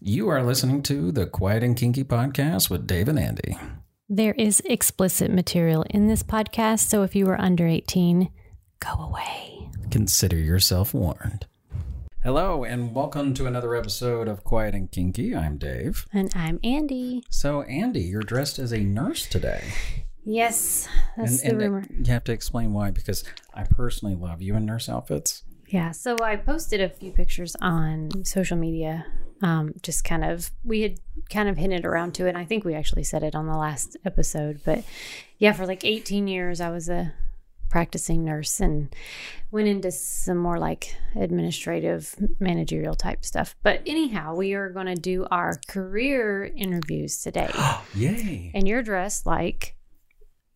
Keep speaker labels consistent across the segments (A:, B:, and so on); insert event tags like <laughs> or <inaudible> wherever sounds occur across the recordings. A: You are listening to the Quiet and Kinky podcast with Dave and Andy.
B: There is explicit material in this podcast, so if you are under 18, go away.
A: Consider yourself warned. Hello, and welcome to another episode of Quiet and Kinky. I'm Dave.
B: And I'm Andy.
A: So, Andy, you're dressed as a nurse today.
B: Yes, that's
A: and,
B: the
A: and
B: rumor.
A: You have to explain why, because I personally love you in nurse
B: <gasps>
A: outfits.
B: Yeah, so I posted a few pictures on social media. Um, just kind of, we had kind of hinted around to it. and I think we actually said it on the last episode, but yeah, for like 18 years, I was a practicing nurse and went into some more like administrative managerial type stuff. But anyhow, we are going to do our career interviews today.
A: Yay!
B: and you're dressed like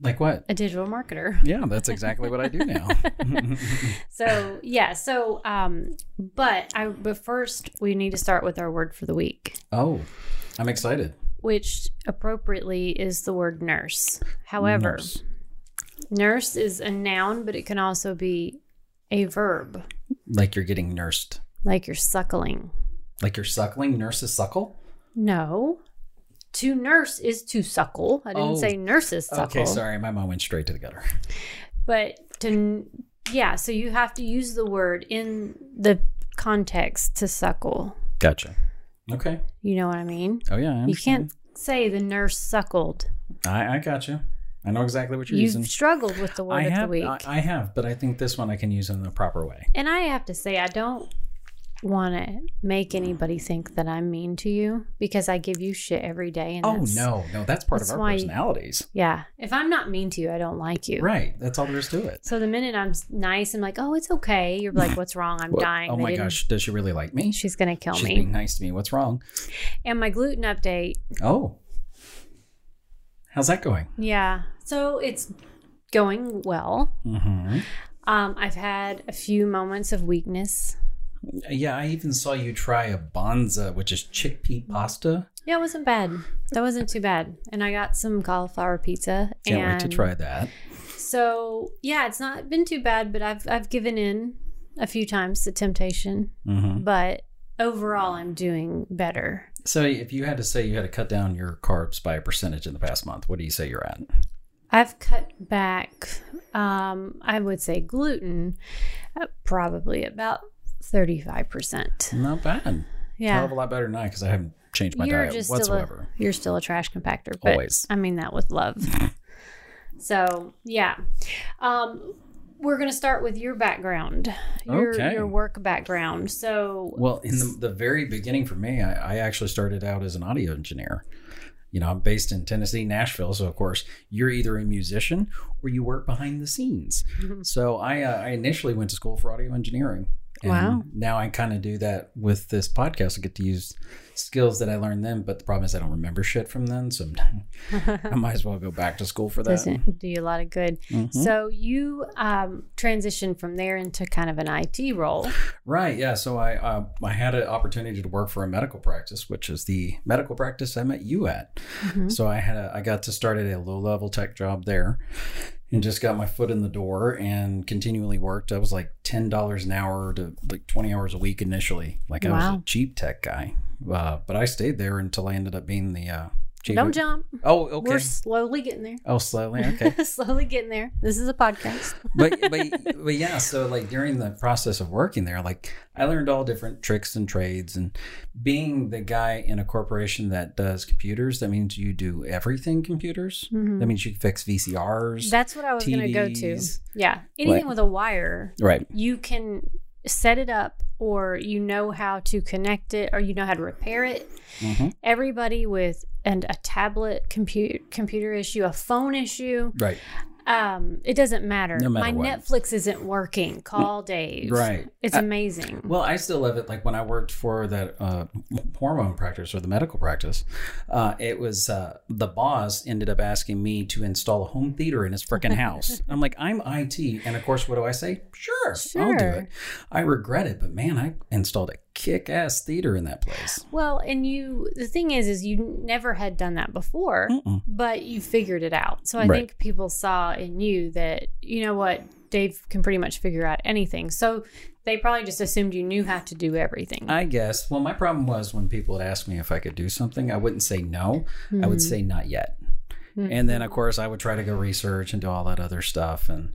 A: Like what?
B: a digital marketer.
A: Yeah, that's exactly what I do
B: <laughs>
A: now.
B: So yeah, so um, but I but first we need to start with our word for the week,
A: oh, I'm excited.
B: which appropriately is the word nurse. However, nurse,
A: Nurse.
B: is a noun, but it can also be a verb,
A: Like you're getting nursed.
B: like you're suckling.
A: Like you're suckling, nurses suckle?
B: No, to nurse is to suckle. I didn't
A: Oh.
B: say nurses suckle.
A: Okay, sorry, my mom went straight to the gutter.
B: but to yeah, so you have to use the word in the context to suckle.
A: Gotcha. Okay.
B: You know what I mean?
A: Oh yeah, I
B: You
A: understand.
B: can't say the nurse suckled.
A: I, I got you. I know exactly what you're using.
B: You've struggled with the word
A: I
B: of
A: have,
B: the week.
A: I, I have, but I think this one I can use in the proper way.
B: and I have to say, I don't want to make anybody think that I'm mean to you because I give you shit every day. And
A: Oh
B: that's-
A: no, no, that's part
B: that's
A: of our
B: why-
A: personalities,
B: Yeah. If I'm not mean to you, I don't like you.
A: right? That's all there is to it.
B: So the minute I'm s- nice, I'm like, oh, it's okay.
A: <laughs>
B: You're like, what's wrong? I'm
A: What-
B: dying.
A: Oh
B: They
A: my
B: didn't-
A: gosh, does she really like me?
B: <laughs> She's going to kill
A: She's
B: me.
A: being nice to me. What's wrong?
B: And my gluten update.
A: Oh, how's that going?
B: Yeah. So it's going well.
A: Mm-hmm.
B: Um, I've had a few moments of weakness.
A: Yeah, I even saw you try a bonza, which is chickpea pasta.
B: Yeah, it wasn't bad. That wasn't too bad. And I got some cauliflower pizza.
A: Can't
B: and
A: wait to try that.
B: So yeah, it's not been too bad, but I've I've given in a few times to temptation.
A: Mm-hmm.
B: But overall, I'm doing better.
A: So, if you had to say you had to cut down your carbs by a percentage in the past month, what do you say you're at?
B: I've cut back. Um, I would say gluten, uh, probably about thirty five percent.
A: Not bad. Hell of
B: Yeah,
A: a lot better than I because I haven't changed my
B: you're
A: diet
B: just still a,
A: whatsoever.
B: you're still a trash compactor. But
A: Always.
B: I mean that
A: <laughs>
B: with love. so yeah, um, we're gonna start with your background, your
A: Okay.
B: your work background. So
A: well, in the, the very beginning for me, I, I actually started out as an audio engineer. You know, I'm based in Tennessee, Nashville. So, of course, you're either a musician or you work behind the scenes. So, I, uh, I initially went to school for audio engineering. And
B: Wow.
A: Now I kind of do that with this podcast. I get to use skills that I learned then, but the problem is I don't remember shit from then. So, <laughs> I'm-
B: <laughs>
A: I might as well go back to school for that.
B: doesn't do you a lot of good.
A: Mhm.
B: So you um, transitioned from there into kind of an IT role.
A: Right. Yeah. So I uh, I had an opportunity to work for a medical practice, which is the medical practice I met you at.
B: Mm-hmm.
A: So I had a, I got to start at a low level tech job there, and just got my foot in the door and continually worked. I was like ten dollars an hour to like twenty hours a week initially. Like I was
B: Wow.
A: a cheap tech guy, uh, but I stayed there until I ended up being the uh, chief.
B: Don't jump.
A: Oh, okay.
B: We're slowly getting there.
A: oh, slowly. Okay.
B: <laughs> slowly getting there. This is a podcast.
A: but but but yeah so like during the process of working there like i learned all different tricks and trades and being the guy in a corporation that does computers that means you do everything computers that means you can fix vcrs
B: That's what I was going to go to.
A: TVs.
B: Yeah. Anything
A: What?
B: with a wire,
A: right
B: you can set it up or you know how to connect it or you know how to repair it.
A: Mhm.
B: Everybody with and a tablet compute computer issue, a phone issue,
A: right
B: um, it doesn't matter.
A: No matter
B: My
A: what.
B: Netflix isn't working. Call Dave.
A: right
B: It's
A: I-
B: amazing.
A: Well, I still love it. Like when I worked for that uh, hormone practice or the medical practice, uh, it was uh, the boss ended up asking me to install a home theater in his freaking house. I'm like, I'm IT, and of course, what do I say? Sure, I'll do
B: Sure.
A: it. I regret it, but man, I installed a kick-ass theater in that place.
B: Well, and you the thing is is you never had done that before,
A: Mm-mm.
B: but you figured it out. So I
A: Right.
B: think people saw in you that you know what, Dave can pretty much figure out anything. So they probably just assumed you knew how to do everything.
A: I guess. Well, my problem was when people would ask me if I could do something, I wouldn't say no. I
B: Mm-hmm.
A: would say not yet.
B: Hmm.
A: And then, of course, I would try to go research and do all that other stuff, and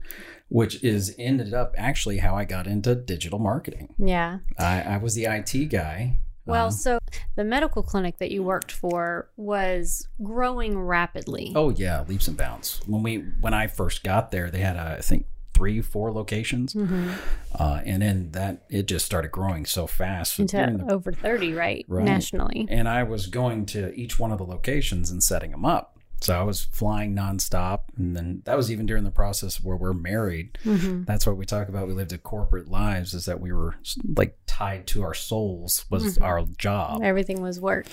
A: which is ended up actually how I got into digital marketing.
B: yeah.
A: I, I was the IT guy.
B: Well,
A: Um,
B: so the medical clinic that you worked for was growing rapidly.
A: oh yeah, leaps and bounds. When we when I first got there, they had uh, I think three four locations,
B: Mhm.
A: uh, and then that it just started growing so fast. during
B: Into
A: the-
B: over 30, right?
A: Right.
B: Nationally.
A: and I was going to each one of the locations and setting them up. So I was flying nonstop, and then that was even during the process where we're married.
B: Mm-hmm.
A: that's what we talk about we lived a corporate lives is that we were like tied to our souls was
B: Mhm.
A: our job
B: Everything was work.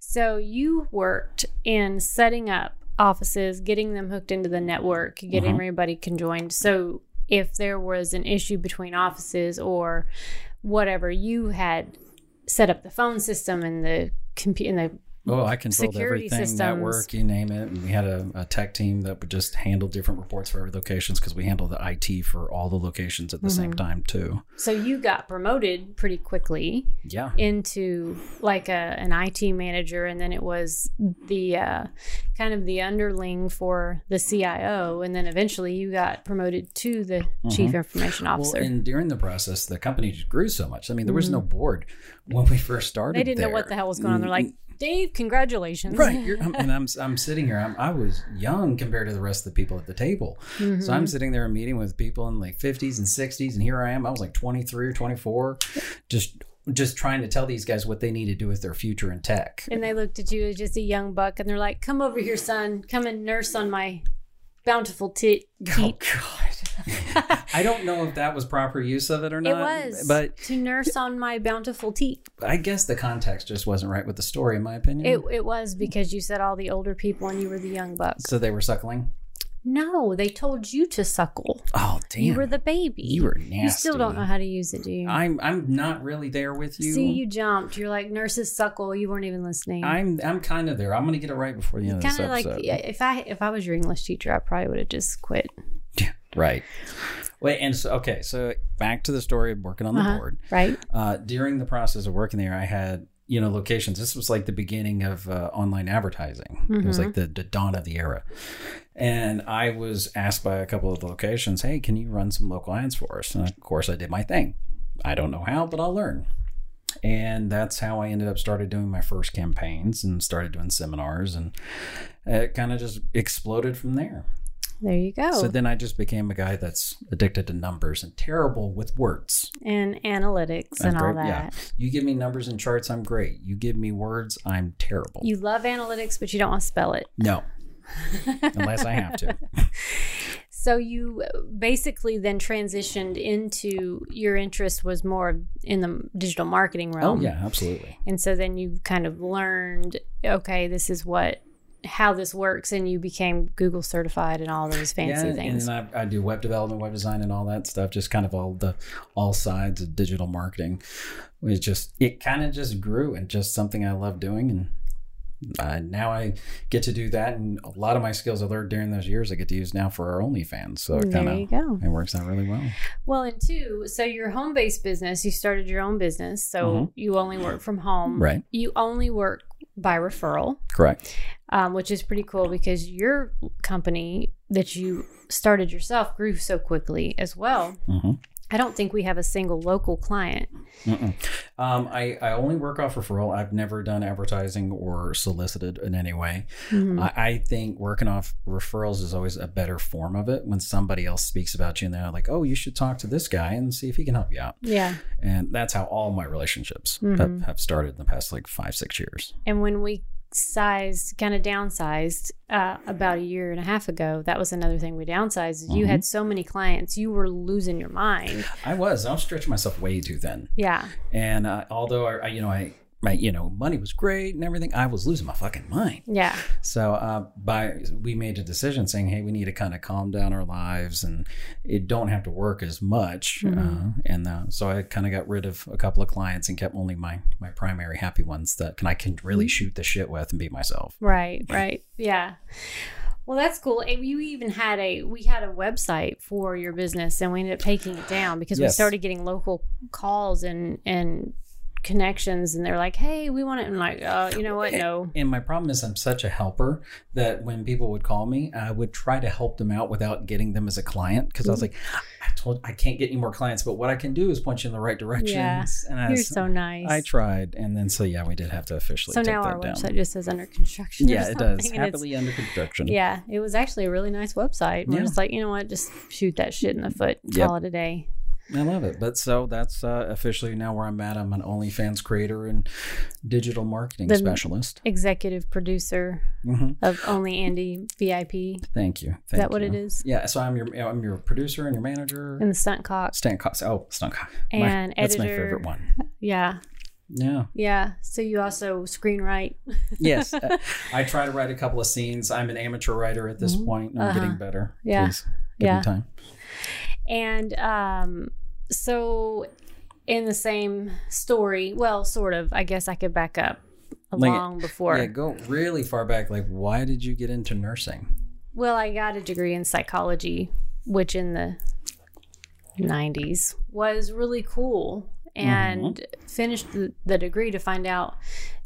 B: So you worked in setting up offices, getting them hooked into the network, getting
A: Mhm.
B: everybody conjoined. So if there was an issue between offices or whatever, you had set up the phone system and the computer and the
A: oh i controlled
B: Security
A: everything
B: systems.
A: network you name it and we had a, a tech team that would just handle different reports for every locations because we handle the it for all the locations at the same
B: Mm-hmm.
A: time too
B: so you got promoted pretty quickly
A: yeah
B: into like a an IT manager, and then it was the uh, kind of the underling for the CIO, and then eventually you got promoted to the chief information
A: Mm-hmm.
B: officer. Mm-hmm.
A: well, and during the process, the company just grew so much. I mean, there was no board when we first started.
B: they didn't know what
A: there.
B: the hell was going on. They're like, Dave, congratulations!
A: Mm-hmm. Right.
B: <laughs>
A: You're, I'm- and I'm, I'm sitting here. I'm, I was young compared to the rest of the people at the table. So
B: Mm-hmm.
A: I'm sitting there meeting with people in like 50s and 60s. And here I am. I was like 23 or 24, just just trying to tell these guys what they need to do with their future in tech.
B: And they looked at you as just a young buck, and they're like, "Come over here, son. Come and nurse on my bountiful tit."
A: <laughs> Oh, God. I don't know if that was proper use of it or
B: <laughs> It
A: not.
B: was
A: But
B: to nurse on my bountiful teat.
A: I guess the context just wasn't right with the story, in my opinion.
B: It, it was because you said all the older people and you were the young buck.
A: so they were suckling.
B: No, they told you to suckle.
A: Oh, damn.
B: You were the baby.
A: You were nasty.
B: You still don't know how to use it, do you?
A: I'm, I'm not really there with you.
B: See, you jumped. You're like nurses suckle. You weren't even listening.
A: I'm I'm kind of there. I'm gonna get it right before the end of this
B: Kind of like
A: episode.
B: yeah, if I if I was your English teacher, I probably would have just quit.
A: Right. Wait, and so okay, so back to the story of working on the
B: Uh-huh.
A: board.
B: Right?
A: Uh, during the process of working there, I had you know locations. This was like the beginning of uh, online advertising. It was like the, the dawn of the era. And I was asked by a couple of the locations, "Hey, can you run some local ads for us?" And of course, I did my thing. I don't know how, but I'll learn. And that's how I ended up started doing my first campaigns and started doing seminars, and it kind of just exploded from there.
B: There you go.
A: So then I just became a guy that's addicted to numbers and terrible with words.
B: and analytics and
A: I'm
B: all
A: great-
B: that.
A: You give me numbers and charts, I'm great. You give me words, I'm terrible.
B: You love analytics, but you don't want to spell it. <laughs>
A: no. Unless I have to.
B: So you basically then transitioned into your interest was more in the digital marketing
A: Oh
B: realm.
A: yeah, absolutely.
B: And so then you kind of learned, okay, this is what how this works, and you became Google certified and all those fancy
A: yeah,
B: things.
A: and I, I do web development, web design, and all that stuff. Just kind of all the all sides of digital marketing. It just it kind of just grew and just something I love doing, and uh, now I get to do that. And a lot of my skills I learned during those years, I get to use now for our OnlyFans. So it
B: there
A: kind of
B: you go.
A: it works out really well.
B: Well, and two, so your home based business, you started your own business, so
A: Mhm.
B: you only work from home.
A: Right.
B: You only work by referral,
A: Correct.
B: um, which is pretty cool because your company that you started yourself grew so quickly as well.
A: Mm-hmm.
B: I don't think we have a single local client.
A: Um, I, I only work off referral. I've never done advertising or solicited in any way.
B: Mhm.
A: I, I think working off referrals is always a better form of it when somebody else speaks about you and they're like, oh, you should talk to this guy and see if he can help you out.
B: Yeah.
A: And that's how all my relationships have,
B: Mhm.
A: have started in the past like five, six years.
B: And when we sized, kind of downsized uh, about a year and a half ago, that was another thing we downsized. is You
A: Mhm.
B: had so many clients, you were losing your mind.
A: I was, I was stretching myself way too thin.
B: Yeah.
A: And uh, although I, I, you know, I, my, you know, money was great and everything, I was losing my fucking mind.
B: Yeah.
A: So uh, by we made a decision saying, hey, we need to kind of calm down our lives and it don't have to work as much.
B: Mm-hmm.
A: Uh, and uh, so I kind of got rid of a couple of clients and kept only my my primary
B: Mm-hmm.
A: happy ones that can I can really shoot the shit with and be myself.
B: Right. Right. Yeah. Well, that's cool. And you even had a we had a website for your business, and we ended up taking it down because we
A: Yes.
B: started getting local calls and and connections, and they're like, "Hey, we want it." I'm like, uh, "You know what? No."
A: And my problem is, I'm such a helper that when people would call me, I would try to help them out without getting them as a client because I was like,
B: Mm-hmm.
A: I told I can't get any more clients, but what I can do is point you in the right directions. And I,
B: You're so nice.
A: I tried, and then so yeah, we did have to officially
B: so
A: take
B: now
A: that
B: our
A: down.
B: website just says under construction. <laughs> or
A: yeah, it does.
B: something, and it's-
A: Happily under construction.
B: Yeah, it was actually a really nice website. We're
A: Yeah.
B: just like, you know what? Just shoot that shit in the foot.
A: Yep.
B: Call it a day.
A: I love it. But so that's uh, officially now where I'm at. I'm an OnlyFans creator and digital marketing
B: Then-
A: specialist.
B: Executive producer
A: hmm
B: of Only Andy VIP. Is
A: Thank you. Thank
B: that what
A: you.
B: it is?
A: Yeah. So I'm your I'm your producer and your manager.
B: And the stunt cock.
A: Stunt cock. Oh, stunt cock. My-
B: And
A: that's
B: editor.
A: my favorite one.
B: <laughs> Yeah,
A: Yeah.
B: yeah. So you also screenwrite.
A: yes Uh, i try to write a couple of scenes i'm an amateur writer at this
B: Mhm.
A: point and i'm
B: Uh-huh.
A: getting better
B: Yeah.
A: Please, give
B: Yeah.
A: me time
B: And um, so in the same story, well, sort of, I guess I could back up
A: Like-
B: long before.
A: yeah go really far back like why did you get into nursing
B: Well, I got a degree in psychology, which in the 90s was really cool, and finished the, the degree to find out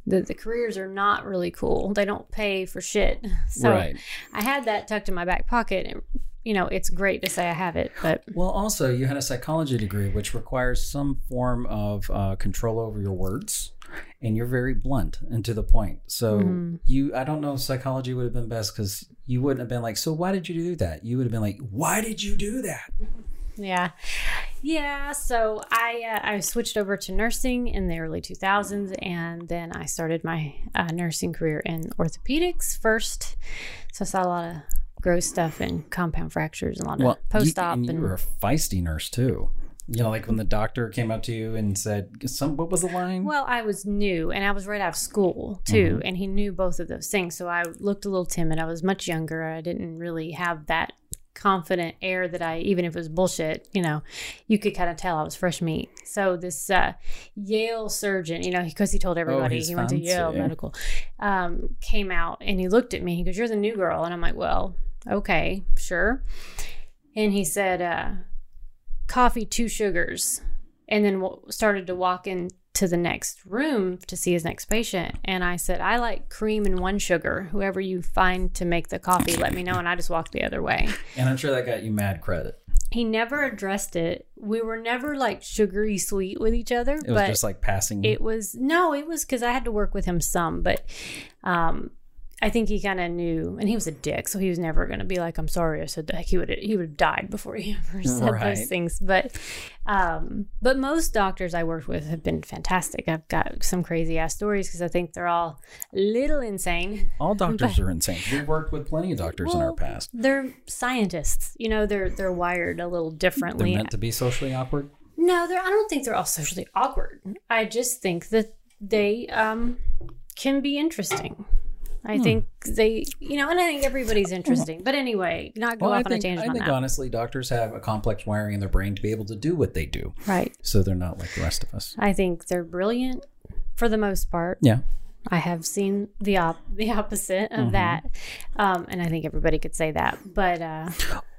B: that the careers are not really cool. They don't pay for shit. <laughs> So I had that tucked in my back pocket. And, you know, it's great to say I have it, but
A: well also you had a psychology degree which requires some form of uh, control over your words and you're very blunt and to the point so
B: Mhm.
A: you i don't know if psychology would have been best because you wouldn't have been like so why did you do that you would have been like why did you do that
B: Yeah. Yeah, so I uh, I switched over to nursing in the early 2000s and then I started my uh, nursing career in orthopedics first. So I saw a lot of gross stuff and compound fractures and a lot
A: well
B: of post-op
A: you, and
B: and,
A: you were a feisty nurse too you know like when the doctor came up to you and said some what was the line
B: well, I was new and I was right out of school too
A: Mm-hmm.
B: and he knew both of those things. So I looked a little timid. I was much younger. I didn't really have that confident air that I even if it was bullshit, you know, you could kind of tell I was fresh meat. So this uh, Yale surgeon, you know, because he told everybody
A: Oh, he's
B: he went to Yale
A: fancy.
B: Medical, um, came out and he looked at me. He goes, "You're the new girl," and I'm like, "Well, okay, sure." And he said, uh, "Coffee, two sugars," and then w- started to walk into the next room to see his next patient and i said i like cream and one sugar whoever you find to make the coffee let me know and i just walked the other way
A: And I'm sure that got you mad credit.
B: he never addressed it. We were never like sugary sweet with each other,
A: It was
B: but
A: just like passing.
B: it was no, it was because I had to work with him some, but um, I think he kind of knew, and he was a dick, so he was never going to be like, "I'm sorry, I said that." He would he would have died before he <laughs> ever said those
A: Right.
B: things. But um, but most doctors I worked with have been fantastic. I've got some crazy ass stories because I think they're all a little insane.
A: All doctors
B: <laughs>
A: are insane. We worked with plenty of doctors in our
B: Well,
A: past.
B: They're scientists, you know. They're they're wired a little
A: They're
B: differently.
A: meant to be socially awkward.
B: No, they're, I don't think they're all socially awkward. I just think that they um, can be interesting. I
A: Hmm.
B: think they, you know, and I think everybody's interesting. But anyway, not go
A: I
B: off on
A: think,
B: a tangent
A: I
B: on
A: think
B: that.
A: honestly, doctors have a complex wiring in their brain to be able to do what they do.
B: right.
A: So they're not like the rest of us.
B: I think they're brilliant for the most part.
A: Yeah.
B: I have seen the op- the opposite of
A: Mm-hmm.
B: that, um, and I think everybody could say that. But uh,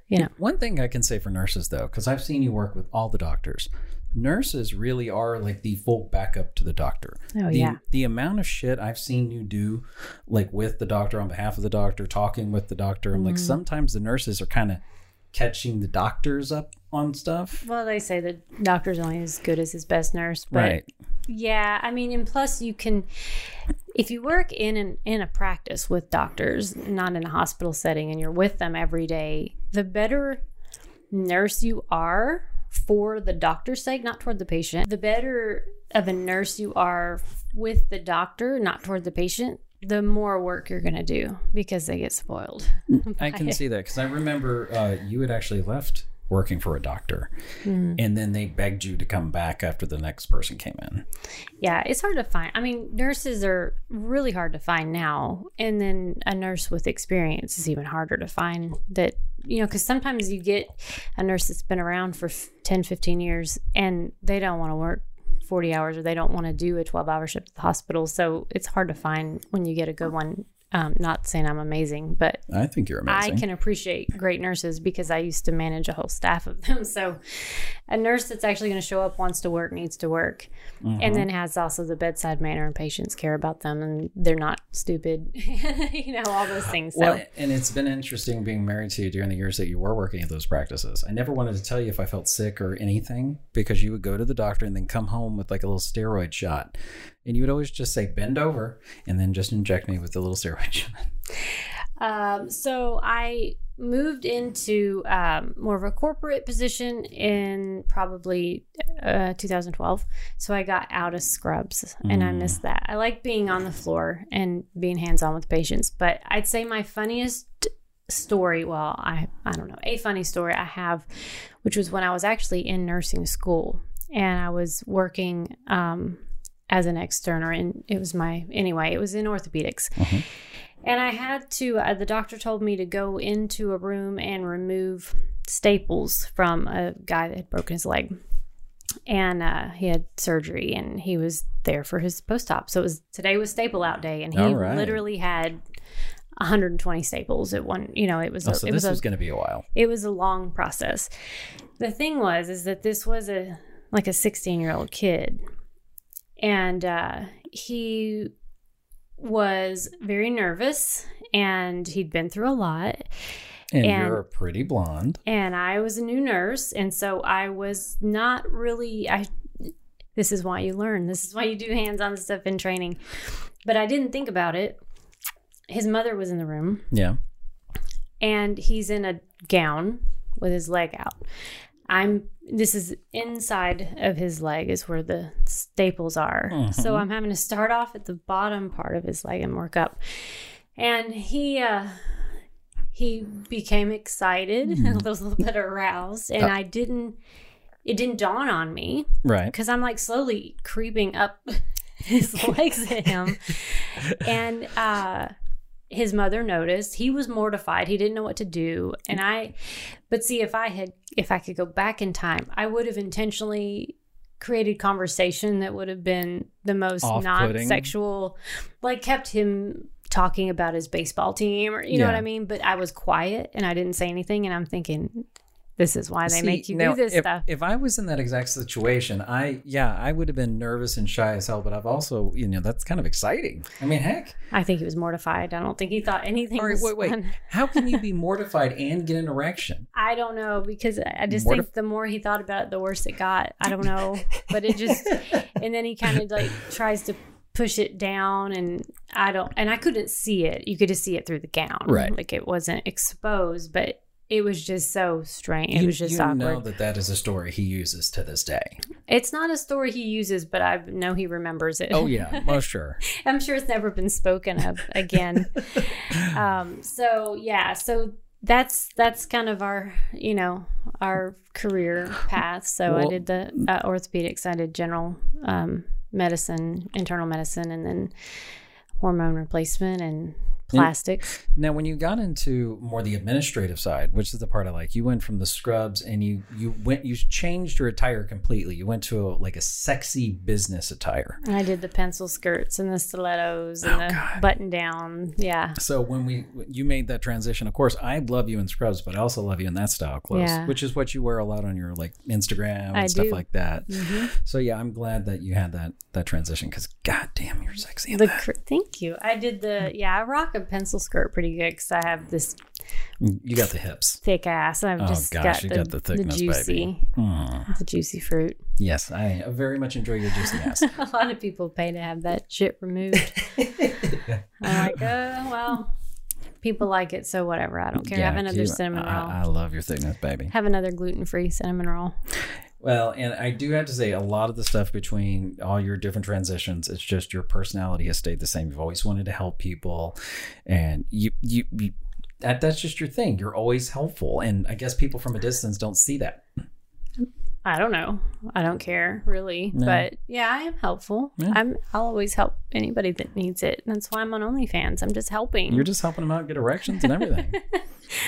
B: you know,
A: One thing I can say for nurses, though, because I've seen you work with all the doctors, nurses really are like the full backup to the doctor.
B: Oh,
A: the,
B: yeah.
A: The amount of shit I've seen you do, like with the doctor, on behalf of the doctor, talking with the doctor, I'm like,
B: Mm-hmm.
A: sometimes the nurses are kind of catching the doctors up on stuff.
B: well, they say the doctor's only as good as his best nurse, but
A: Right.
B: Yeah, I mean, and plus you can, if you work in an in a practice with doctors, not in a hospital setting, and you're with them every day, the better nurse you are for the doctor's sake, not toward the patient, the better of a nurse you are with the doctor, not toward the patient, the more work you're gonna do because they get spoiled.
A: I can see that because I remember uh, you had actually left working for a doctor
B: Hmm.
A: and then they begged you to come back after the next person came in.
B: Yeah, it's hard to find. I mean, nurses are really hard to find now. And then a nurse with experience is even harder to find that, you know, because sometimes you get a nurse that's been around for f- 10, 15 years and they don't want to work 40 hours or they don't want to do a 12 hour shift at the hospital. So it's hard to find when you get a good one Um, not saying I'm amazing, but
A: I think you're amazing.
B: I can appreciate great nurses because I used to manage a whole staff of them. <laughs> So, a nurse that's actually going to show up, wants to work, needs to work,
A: Mm-hmm.
B: and then has also the bedside manner and patients care about them and they're not stupid, <laughs> you know, all those things. So,
A: Well, and it's been interesting being married to you during the years that you were working at those practices. I never wanted to tell you if I felt sick or anything because you would go to the doctor and then come home with like a little steroid shot. And you would always just say, bend over and then just inject me with the little steroid <laughs> shot.
B: Um, so I moved into um, more of a corporate position in probably uh, 2012. So I got out of scrubs and I
A: Mm.
B: missed that. I like being on the floor and being hands on with patients, but I'd say my funniest story well i i don't know a funny story i have which was when i was actually in nursing school and i was working um as an externer and it was my anyway it was in orthopedics
A: Mhm.
B: and i had to uh, the doctor told me to go into a room and remove staples from a guy that had broken his leg and uh, he had surgery and he was there for his post-op so it was today was staple out day and he
A: All right.
B: literally had 120 staples at one you know it was
A: Oh,
B: a-
A: so
B: it was
A: this
B: a,
A: was going to be a while.
B: it was a long process the thing was is that this was a like a 16 year old kid and uh, he was very nervous and he'd been through a lot
A: And,
B: And-
A: you're a pretty blonde.
B: and I was a new nurse, and so I was not really. I. This is why you learn. This is why you do hands-on stuff in training. But I didn't think about it. His mother was in the room,
A: Yeah.
B: and he's in a gown with his leg out. I'm. This is inside of his leg is where the staples are. So I'm having to start off at the bottom part of his leg and work up. And he. uh he became excited <laughs> a little bit aroused and i didn't it didn't dawn on me
A: Right.
B: because i'm like slowly creeping up <laughs>
A: <laughs>
B: his legs at him and uh his mother noticed he was mortified he didn't know what to do and i but see if i had if i could go back in time i would have intentionally created conversation that would have been the most
A: Off-putting.
B: non-sexual like kept him talking about his baseball team or you know
A: Yeah.
B: what i mean but i was quiet and i didn't say anything and i'm thinking this is why they
A: See,
B: make you
A: now,
B: do this
A: if,
B: stuff
A: If I was in that exact situation, I yeah, I would have been nervous and shy as hell. But I've also, you know, that's kind of exciting. I mean, heck,
B: i think he was mortified i don't think he thought anything
A: all right,
B: was
A: wait, wait,
B: fun.
A: how can you be mortified and get an erection?
B: I don't know because I I just
A: Mortif-
B: think the more he thought about it, the worse it got. I don't know, but it
A: <laughs>
B: just and then he kind of like tries to push it down, and I don't, and I couldn't see it. You could just see it through the gown,
A: Right.
B: Like it wasn't exposed, but it was just so strange. It was just
A: you
B: awkward.
A: know that that is a story he uses to this
B: <laughs>
A: day.
B: It's not a story he uses, but I know he remembers it.
A: Oh yeah, most sure.
B: I'm sure it's never been spoken of
A: <laughs>
B: again. um, so yeah, so that's that's kind of our you know our career path. So I
A: Well-
B: did the uh, orthopedics, I did general um, medicine, internal medicine, and then hormone replacement and plastics.
A: Now, when you got into more the administrative side, which is the part I like, you went from the scrubs and you you went you changed your attire completely. You went to a, like a sexy business attire.
B: And I did the pencil skirts and the stilettos and
A: Oh,
B: the
A: God.
B: button down. Yeah.
A: So when we you made that transition, of course, I love you in scrubs, but I also love you in that style clothes,
B: Yeah.
A: which is what you wear a lot on your like Instagram and
B: I
A: stuff
B: do.
A: like that.
B: Mhm.
A: So yeah, I'm glad that you had that that transition because goddamn, you're sexy. in
B: The
A: that.
B: cr- thank you. I did the yeah. I rock a pencil skirt pretty good because I have this
A: You got the hips.
B: thick ass. I've
A: Oh,
B: just
A: gosh,
B: got,
A: you
B: the,
A: got the thickness,
B: juicy,
A: baby. Mm.
B: the juicy fruit.
A: Yes, I very much enjoy your juicy
B: <laughs>
A: ass.
B: a lot of people pay to have that shit removed. I'm like, uh, well, people like it, so whatever. I don't care.
A: Yeah,
B: have another
A: you-
B: cinnamon roll.
A: I, I love your thickness, baby.
B: have another gluten-free cinnamon roll.
A: Well, and I do have to say, a lot of the stuff between all your different transitions, it's just your personality has stayed the same. You've always wanted to help people, and you you. you that, that's just your thing. You're always helpful, and I guess people from a distance don't see that.
B: I don't know. I don't care really,
A: No.
B: but yeah, I am helpful.
A: Yeah.
B: I'm. I'll always help anybody that needs it. That's why I'm on OnlyFans. I'm just helping.
A: You're
B: <laughs>
A: just helping them out get erections and everything,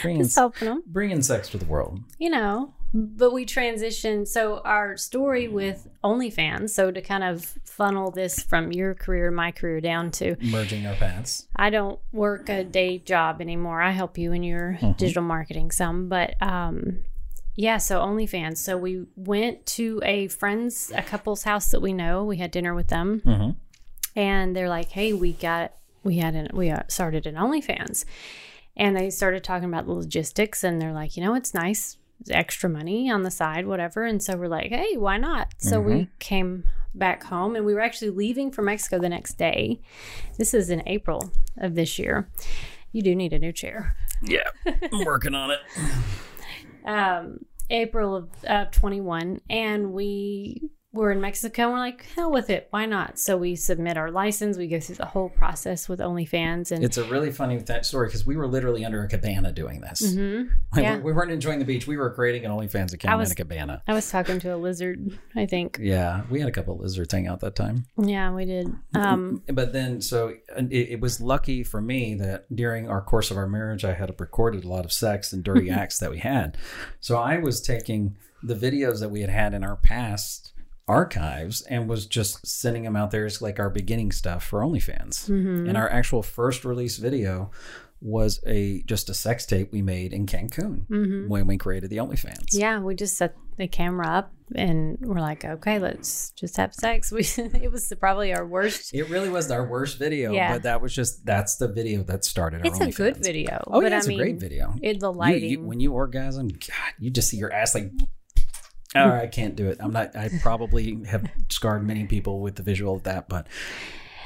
A: bringing
B: just helping them.
A: bringing sex to the world.
B: You know, but we transitioned. So our story with OnlyFans, so to kind of funnel this from your career and my career down to
A: merging our paths.
B: I don't work a day job anymore. I help you in your
A: Mhm.
B: digital marketing some, but um, yeah. So OnlyFans. So we went to a friend's, a couple's house that we know. We had dinner with them
A: Mm-hmm.
B: and they're like, "Hey, we got we had an we uh, started an OnlyFans," and they started talking about the logistics, and they're like, "You know, it's nice, it's extra money on the side, whatever." And so we're like, "Hey, why not?" So we came back home, and we were actually leaving for Mexico the next day. This is in April of this year. You do need a new chair.
A: Yeah,
B: <laughs>
A: I'm working on it.
B: Um, April of, of 21, and we were in Mexico. And we're like, hell with it, why not? So we submit our license. We go through the whole process with OnlyFans, and
A: It's a really funny that story because we were literally under a cabana doing this.
B: Mhm.
A: Like,
B: yeah.
A: we, we weren't enjoying the beach. We were creating an OnlyFans
B: I
A: account
B: was-
A: in a cabana.
B: I was talking to a lizard, I think.
A: Yeah, we had a couple lizards hang out that time.
B: Yeah, we did. Um,
A: But then, so and it, it was lucky for me that during our course of our marriage, I had recorded a lot of sex and dirty acts that we had. So I was taking the videos that we had had in our past archives and was just sending them out there as like our beginning stuff for OnlyFans.
B: mhm.
A: And our actual first release video was a just a sex tape we made in Cancun
B: Mhm.
A: when we created the OnlyFans.
B: Yeah, we just set the camera up and we're like, okay, let's just have sex. <laughs> We It was probably our worst.
A: It really was our worst video,
B: Yeah.
A: but that was just that's the video that started. Our
B: It's a good
A: OnlyFans.
B: video.
A: Oh
B: but
A: yeah,
B: I
A: it's
B: mean,
A: a great video.
B: It, the
A: You- you-
B: lighting.
A: when you orgasm, God, you just see your ass
B: <laughs>
A: like. Oh, I can't do it. I'm not. I probably have scarred many people with the visual of that, but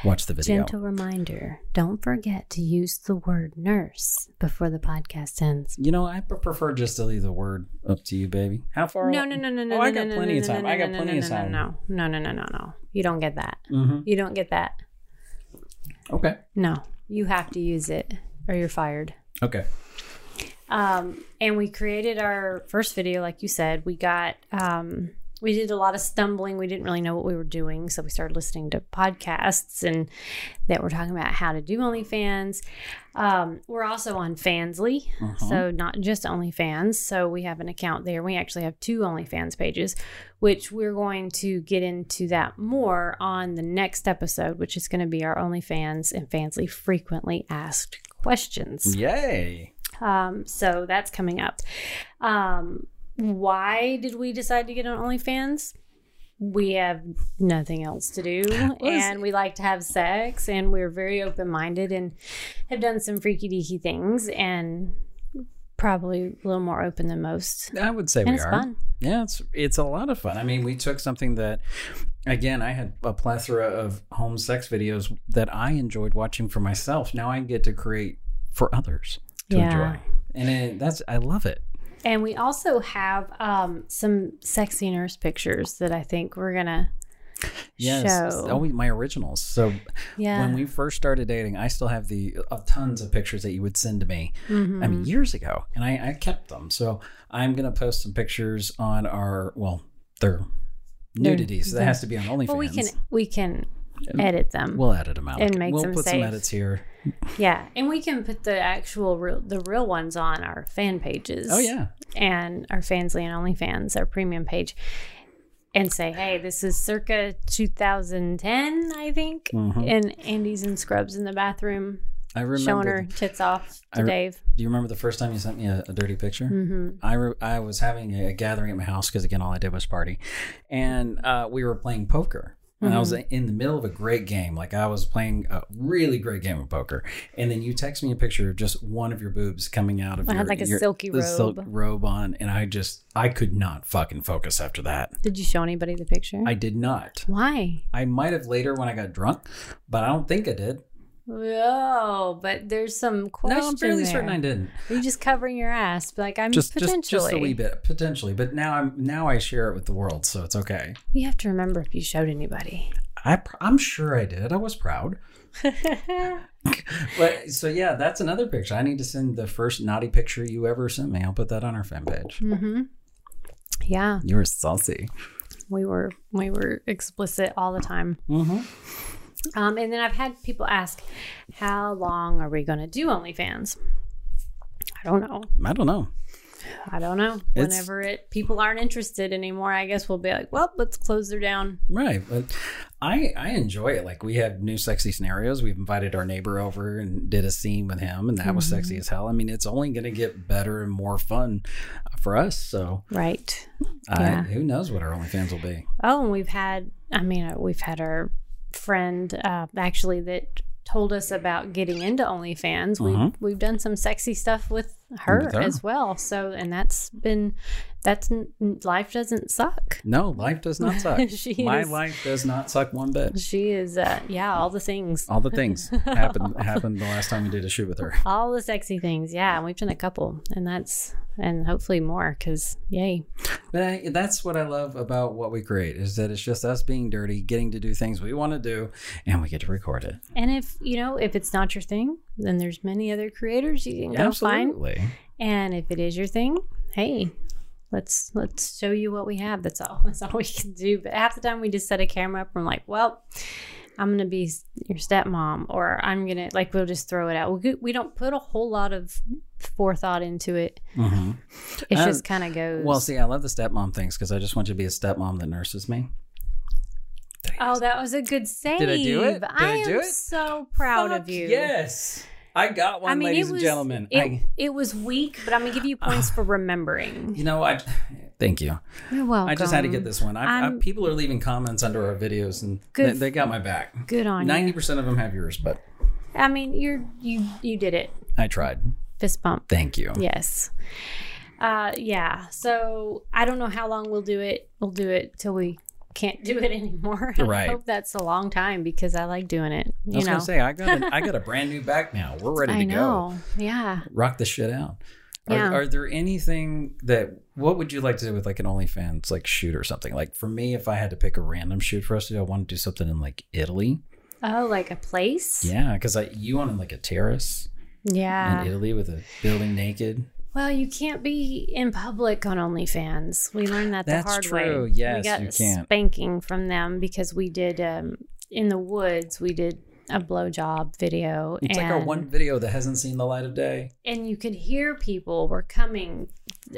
A: watch the video.
B: Gentle reminder don't forget to use the word nurse before the podcast ends.
A: You know, I pre- prefer just to leave the word up to you, baby. How far?
B: No, no, no, no, no.
A: Oh,
B: no,
A: I got
B: no,
A: plenty
B: no,
A: of
B: no,
A: time.
B: no,
A: I
B: no,
A: got
B: no,
A: plenty
B: no,
A: of
B: no,
A: time.
B: No, no, no, no, no, no. You don't get that.
A: Mhm.
B: You don't get that.
A: Okay.
B: No, you have to use it or you're fired.
A: Okay.
B: um, and we created our first video like you said we got um, we did a lot of stumbling we didn't really know what we were doing so we started listening to podcasts and that were talking about how to do onlyfans um, we're also on fansly
A: Uh-huh.
B: so not just onlyfans so we have an account there we actually have two onlyfans pages which we're going to get into that more on the next episode which is going to be our onlyfans and fansly frequently asked questions
A: Yay.
B: um, so that's coming up. Um, why did we decide to get on OnlyFans? We have nothing else
A: <laughs>
B: to do, and we like to have sex, and we're very open minded, and have done some freaky deaky things, and probably a little more open than most.
A: I would say
B: and
A: we
B: it's
A: are.
B: fun.
A: Yeah, it's it's a lot of fun. I mean, we took something that again, I had a plethora of home sex videos that I enjoyed watching for myself. Now I get to create for others to
B: Yeah.
A: enjoy. And it, that's I love it.
B: And we also have um, some sexy nurse pictures that I think we're gonna
A: Yes.
B: show.
A: Always my originals. So
B: yeah.
A: when we first started dating, I still have the uh, tons of pictures that you would send to me.
B: Mhm.
A: I mean, years ago, and I, I kept them. So I'm gonna post some pictures on our well, they're
B: They're-
A: nudity, so that has to be on OnlyFans.
B: well, we can we can edit them.
A: We'll edit them out
B: And make
A: We'll
B: them
A: put some
B: safe.
A: edits here.
B: Yeah, and we can put the actual real, the real ones on our fan pages.
A: Oh yeah,
B: and our Fansly and OnlyFans, our premium page, and say, hey, this is circa 2010, I think,
A: Mhm.
B: and Andy's and Scrubs in the bathroom
A: I remember.
B: showing her tits off
A: I
B: to
A: re-
B: Dave.
A: Do you remember the first time you sent me a, a dirty picture?
B: hmm
A: I, re- I was having a, gathering at my house because again all I did was party, and uh, we were playing poker. And I was
B: Mm-hmm.
A: in the middle of a great game, like I was playing a really great game of poker. And then you text me a picture of just one of your boobs coming out of
B: I
A: your,
B: had like a
A: your-
B: silky
A: the silk
B: robe.
A: robe on, and I just I could not fucking focus after that.
B: Did you show anybody the picture?
A: I did not.
B: Why?
A: I might have later when I got drunk, but I don't think I did.
B: Oh, but there's some question.
A: No, I'm fairly
B: there.
A: certain I didn't.
B: Are you just covering your ass? Like I'm
A: just
B: Mm, potentially.
A: just just a wee bit potentially but now i'm now i share it with the world so it's okay
B: You have to remember if you showed anybody.
A: i pr- i'm sure i did i was
B: <laughs>
A: proud but so yeah that's another picture i need to send the first naughty picture you ever sent me i'll put that on our fan page
B: Mm-hmm. Yeah,
A: you were saucy
B: we were we were explicit all the time.
A: mm-hmm.
B: Um, and then I've had people ask, "How long are we going to do OnlyFans?" I don't know.
A: i don't know
B: I don't know.
A: It's-
B: Whenever it people aren't interested anymore, I guess we'll be like, well, let's close her down.
A: Right. But I I enjoy it. Like we have new sexy scenarios. We've invited our neighbor over and did a scene with him and that was
B: Mm-hmm.
A: sexy as hell. I mean, it's only going to get better and more fun for us. So,
B: Right.
A: I,
B: Yeah.
A: who knows what our OnlyFans will be.
B: Oh, and we've had, I mean, uh, we've had our friend uh, actually that told us about getting into OnlyFans.
A: Uh-huh.
B: We've, we've done some sexy stuff with her,
A: With her.
B: as well. So, and that's been, that's, n- n- life doesn't suck.
A: No, life does not suck.
B: <laughs> She
A: My
B: is-
A: life does not suck one bit.
B: She is, uh, yeah, all the things,
A: All the
B: <laughs>
A: things happened happened the last time we did a shoot with her.
B: all the sexy things. Yeah. And we've done a couple and that's, and hopefully more because yay.
A: But I, that's what I love about what we create is that it's just us being dirty, getting to do things we want to do, and we get to record it.
B: And if, you know, if it's not your thing, then there's many other creators you can go find.
A: Absolutely.
B: And if it is your thing, hey, let's let's show you what we have. That's all. <laughs> That's all we can do. But half the time we just set a camera up and we're like, well, I'm gonna be your stepmom, or I'm gonna like we'll just throw it out. We we don't put a whole lot of forethought into it.
A: Mhm.
B: It
A: Um,
B: just kind of goes.
A: Well, see, I love the stepmom things because I just want you to be a stepmom that nurses me.
B: oh, that was a good save.
A: Did I do it? Did
B: I,
A: I do
B: am
A: it?
B: so proud
A: Fuck
B: of you.
A: Yes, I got one,
B: I mean,
A: ladies
B: it was,
A: and gentlemen.
B: It,
A: I,
B: it was weak, but I'm gonna
A: <sighs>
B: give you points for remembering.
A: you know, I thank you.
B: You're welcome.
A: I just had to get this one. I, I,
B: I'm-
A: people are leaving comments under our videos, and
B: Good
A: they, they got my back.
B: Good on
A: Ninety
B: you.
A: percent of them have yours, but
B: I mean, you're you you did it.
A: I tried.
B: fist bump.
A: Thank you.
B: Yes. Uh, yeah. So I don't know how long we'll do it. We'll do it till we can't do it anymore. <laughs>
A: Right.
B: I hope that's a long time because I like doing it. You
A: I was
B: know.
A: gonna say I got a, I
B: <laughs>
A: got a brand new back now. We're ready to
B: I
A: go.
B: know. Yeah.
A: rock the shit out.
B: Yeah.
A: Are, are there anything that what would you like to do with like an OnlyFans like shoot or something? Like for me, if I had to pick a random shoot for us to do, I want to do something in like Italy.
B: Oh, like a place.
A: Yeah, because I you on like a terrace
B: Yeah.
A: in Italy with a building naked.
B: Well, you can't be in public on OnlyFans. We learned that the
A: That's
B: hard
A: true.
B: way.
A: Yes,
B: we got
A: you can't.
B: spanking from them because we did um, in the woods. We did a blowjob video.
A: It's like
B: and
A: our one video that hasn't seen the light of day.
B: and you could hear people were coming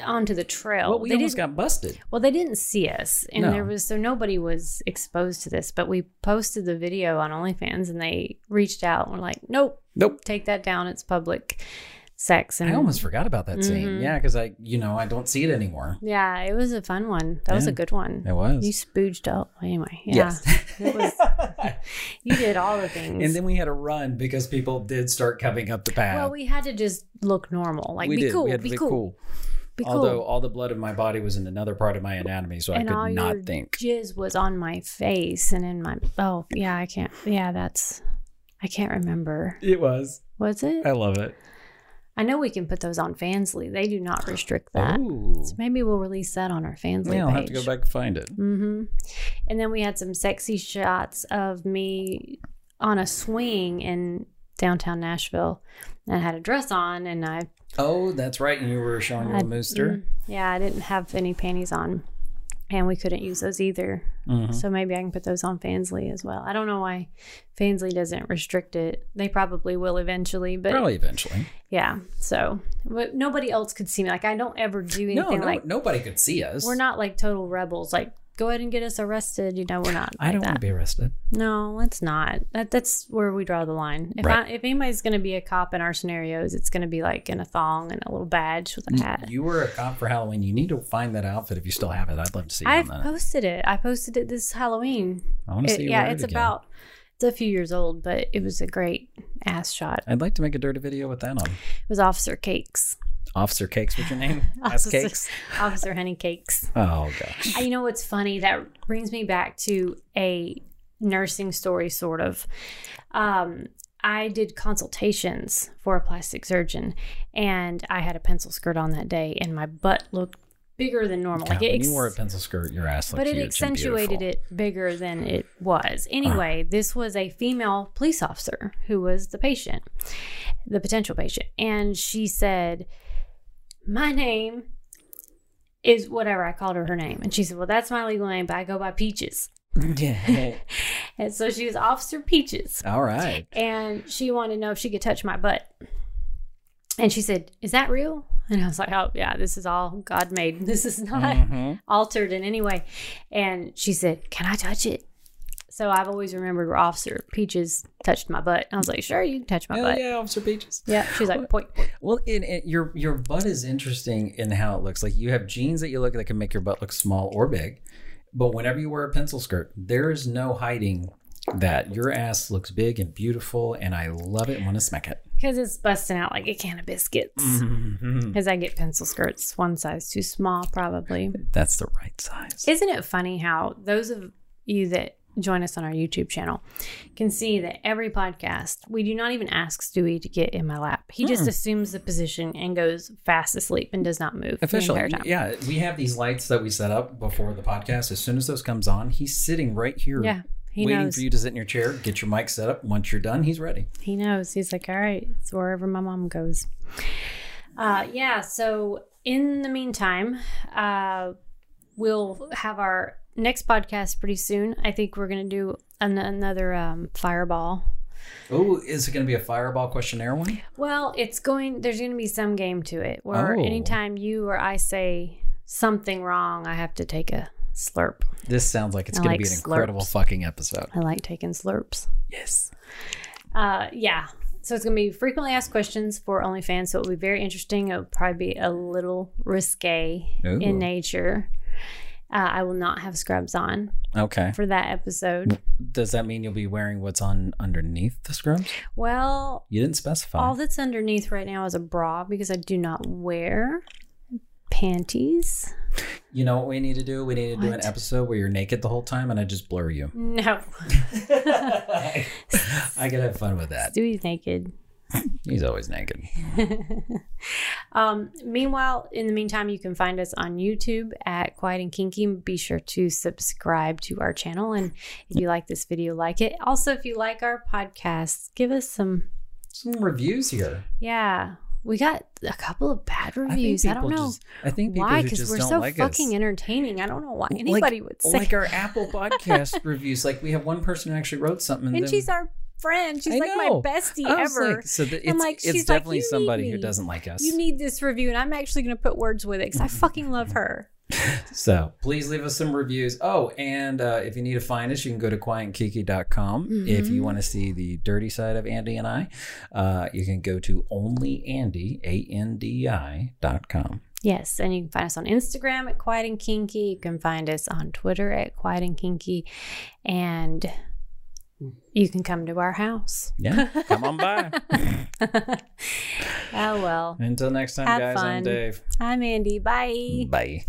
B: onto the trail.
A: Well, we
B: they
A: almost got
B: didn't,
A: busted.
B: well, they didn't see us, and
A: No.
B: there was so nobody was exposed to this. But we posted the video on OnlyFans, and they reached out and were like, "Nope,
A: Nope.
B: take that down. It's public sex." And
A: I almost forgot about that scene.
B: Mhm.
A: Yeah, because I you know I don't see it anymore.
B: yeah, it was a fun one. That was
A: Yeah.
B: a good one.
A: It was.
B: You spooged up anyway. Yeah, <laughs> it was.
A: <laughs>
B: You did all the things.
A: and then we had a run because people did start coming up the path.
B: well, we had to just look normal, like
A: we
B: be
A: did.
B: cool,
A: we had to
B: be cool, be cool.
A: Although all the blood in my body was in another part of my anatomy, so I could not think.
B: jizz was on my face and in my oh yeah i can't yeah that's i can't remember
A: It was.
B: was it
A: I love it.
B: i know we can put those on fansly they do not restrict that
A: Ooh.
B: so maybe we'll release that on our fansly
A: Oh. Yeah, I'll
B: page
A: have to go back and find it.
B: hmm and then we had some sexy shots of me on a swing in downtown nashville and i had a dress on and i
A: Oh, that's right. And you were showing your
B: I-
A: mooster.
B: yeah i didn't have any panties on and we couldn't use those either
A: Mhm.
B: So maybe I can put those on Fansley as well. I don't know why Fansley doesn't restrict it. They probably will eventually, but
A: Probably eventually.
B: yeah. So, but nobody else could see me. Like I don't ever do anything.
A: No, no
B: like
A: nobody could see us.
B: we're not like total rebels. Like go ahead and get us arrested. You know, we're not.
A: I
B: like
A: don't want to
B: that.
A: be arrested.
B: No, let's not. That that's where we draw the line. If
A: Right.
B: I, if anybody's gonna be a cop in our scenarios, it's gonna be like in a thong and a little badge with
A: Mm,
B: a hat.
A: You were a cop for Halloween. You need to find that outfit if you still have it. I'd love to see
B: I've
A: it on that.
B: posted it. I posted it this Halloween.
A: I want to
B: It-
A: see you
B: yeah,
A: wear it
B: it's
A: again.
B: about it's a few years old, but it was a great ass shot.
A: I'd like to make a dirty video with that on.
B: It was Officer Cakes,
A: Officer Cakes, what's your name? Ass
B: <laughs> Officer,
A: Cakes?
B: Officer Honey Cakes.
A: Oh, gosh.
B: Uh, You know what's funny? That brings me back to a nursing story, sort of. Um, I did consultations for a plastic surgeon, and I had a pencil skirt on that day, and my butt looked bigger than normal.
A: God, when
B: ex-
A: you wore a pencil skirt, your ass looked
B: but it
A: huge and beautiful.
B: accentuated it bigger than it was. Anyway, this was a female police officer who was the patient, the potential patient, and she said, "My name is whatever I called her her name," and she said, "Well, that's my legal name, but I go by Peaches."
A: <laughs> Yeah.
B: And so she was Officer Peaches, <laughs>
A: All right.
B: and she wanted to know if she could touch my butt. And she said, Is that real? And I was like, Oh, yeah, this is all God made. <laughs> This is not
A: Mhm.
B: altered in any way. And she said, Can I touch it? So I've always remembered where Officer Peaches touched my butt. I was like, Sure, you can touch my
A: Hell
B: butt.
A: Oh, yeah, Officer Peaches.
B: Yeah. She's like, Point,
A: <laughs>
B: point.
A: Well, and, and your your butt is interesting in how it looks. Like you have jeans that you look at that can make your butt look small or big, but whenever you wear a pencil skirt, there is no hiding that your ass looks big and beautiful, and I love it and want to smack it.
B: Because it's busting out like a can of
A: Mm.
B: biscuits. Because I get pencil skirts, one size too small, probably.
A: <laughs> That's the right size.
B: Isn't it funny how those of you that join us on our YouTube channel can see that every podcast, we do not even ask Stewie to get in my lap. He just
A: Mm.
B: assumes the position and goes fast asleep and does not move the
A: Officially,
B: entire time.
A: yeah, we have these lights that we set up before the podcast. As soon as those comes on, he's sitting right here,
B: Yeah, he
A: waiting
B: knows.
A: for you to sit in your chair, get your mic set up. Once you're done, he's ready.
B: He knows. He's like, all right, it's wherever my mom goes. Uh, yeah. So in the meantime, uh, we'll have our next podcast pretty soon. I think we're gonna do an- another um, fireball.
A: Oh, is it going to be a fireball questionnaire one?
B: Well, it's going. There's gonna be some game to it where
A: Oh.
B: anytime you or I say something wrong, I have to take a slurp.
A: This sounds like it's
B: I
A: going
B: like
A: to be an incredible
B: slurps.
A: fucking episode.
B: I like taking slurps.
A: Yes.
B: Uh, yeah. So it's going to be frequently asked questions for OnlyFans. So it'll be very interesting. It'll probably be a little risque
A: Ooh.
B: in nature. Uh, I will not have scrubs on
A: Okay.
B: for that episode.
A: Does that mean you'll be wearing what's on underneath the scrubs?
B: Well,
A: You didn't specify.
B: all that's underneath right now is a bra because I do not wear panties.
A: you know what we need to do? We need to do an
B: What?
A: episode where you're naked the whole time and I just blur
B: <laughs>
A: you. <laughs>
B: No.
A: I could have fun with that.
B: Stewie's naked.
A: He's always naked.
B: <laughs> Um, meanwhile, in the meantime, you can find us on YouTube at Quiet and Kinky. Be sure to subscribe to our channel. And if you like this video, like it. Also, if you like our podcast, give us some.
A: Some reviews here.
B: Yeah, we got a couple of bad reviews. I, don't
A: people
B: know
A: Just, I think people
B: why,
A: who
B: because
A: just
B: we're
A: don't
B: so
A: like
B: fucking
A: us.
B: entertaining. I don't know why
A: Like- oh
B: anybody would say.
A: Like our
B: <laughs>
A: Apple podcast reviews. Like we have one person who actually wrote something,
B: and
A: then-
B: she's our friend. She's
A: I
B: like
A: know.
B: my bestie
A: I was
B: ever.
A: Like, so that
B: I'm
A: it's,
B: like, she's
A: it's
B: like,
A: definitely
B: "You need
A: somebody who
B: me.
A: doesn't like us.
B: you need this review, and I'm actually going to put words with it because I fucking love her.
A: So please leave us some reviews. Oh, and uh, if you need to find us, you can go to quietandkiki.com. If you
B: Mhm.
A: want to see the dirty side of Andy and I, uh, you can go to onlyandy, A-N-D-I dot com.
B: Yes, and you can find us on Instagram at Quiet and Kinky. You can find us on Twitter at Quiet and Kinky, and you can come to our house.
A: Yeah,
B: <laughs>
A: come on by.
B: oh well,
A: Until next time,
B: Have
A: guys,
B: fun.
A: I'm Dave.
B: I'm Oh, Andy. Bye.
A: Bye.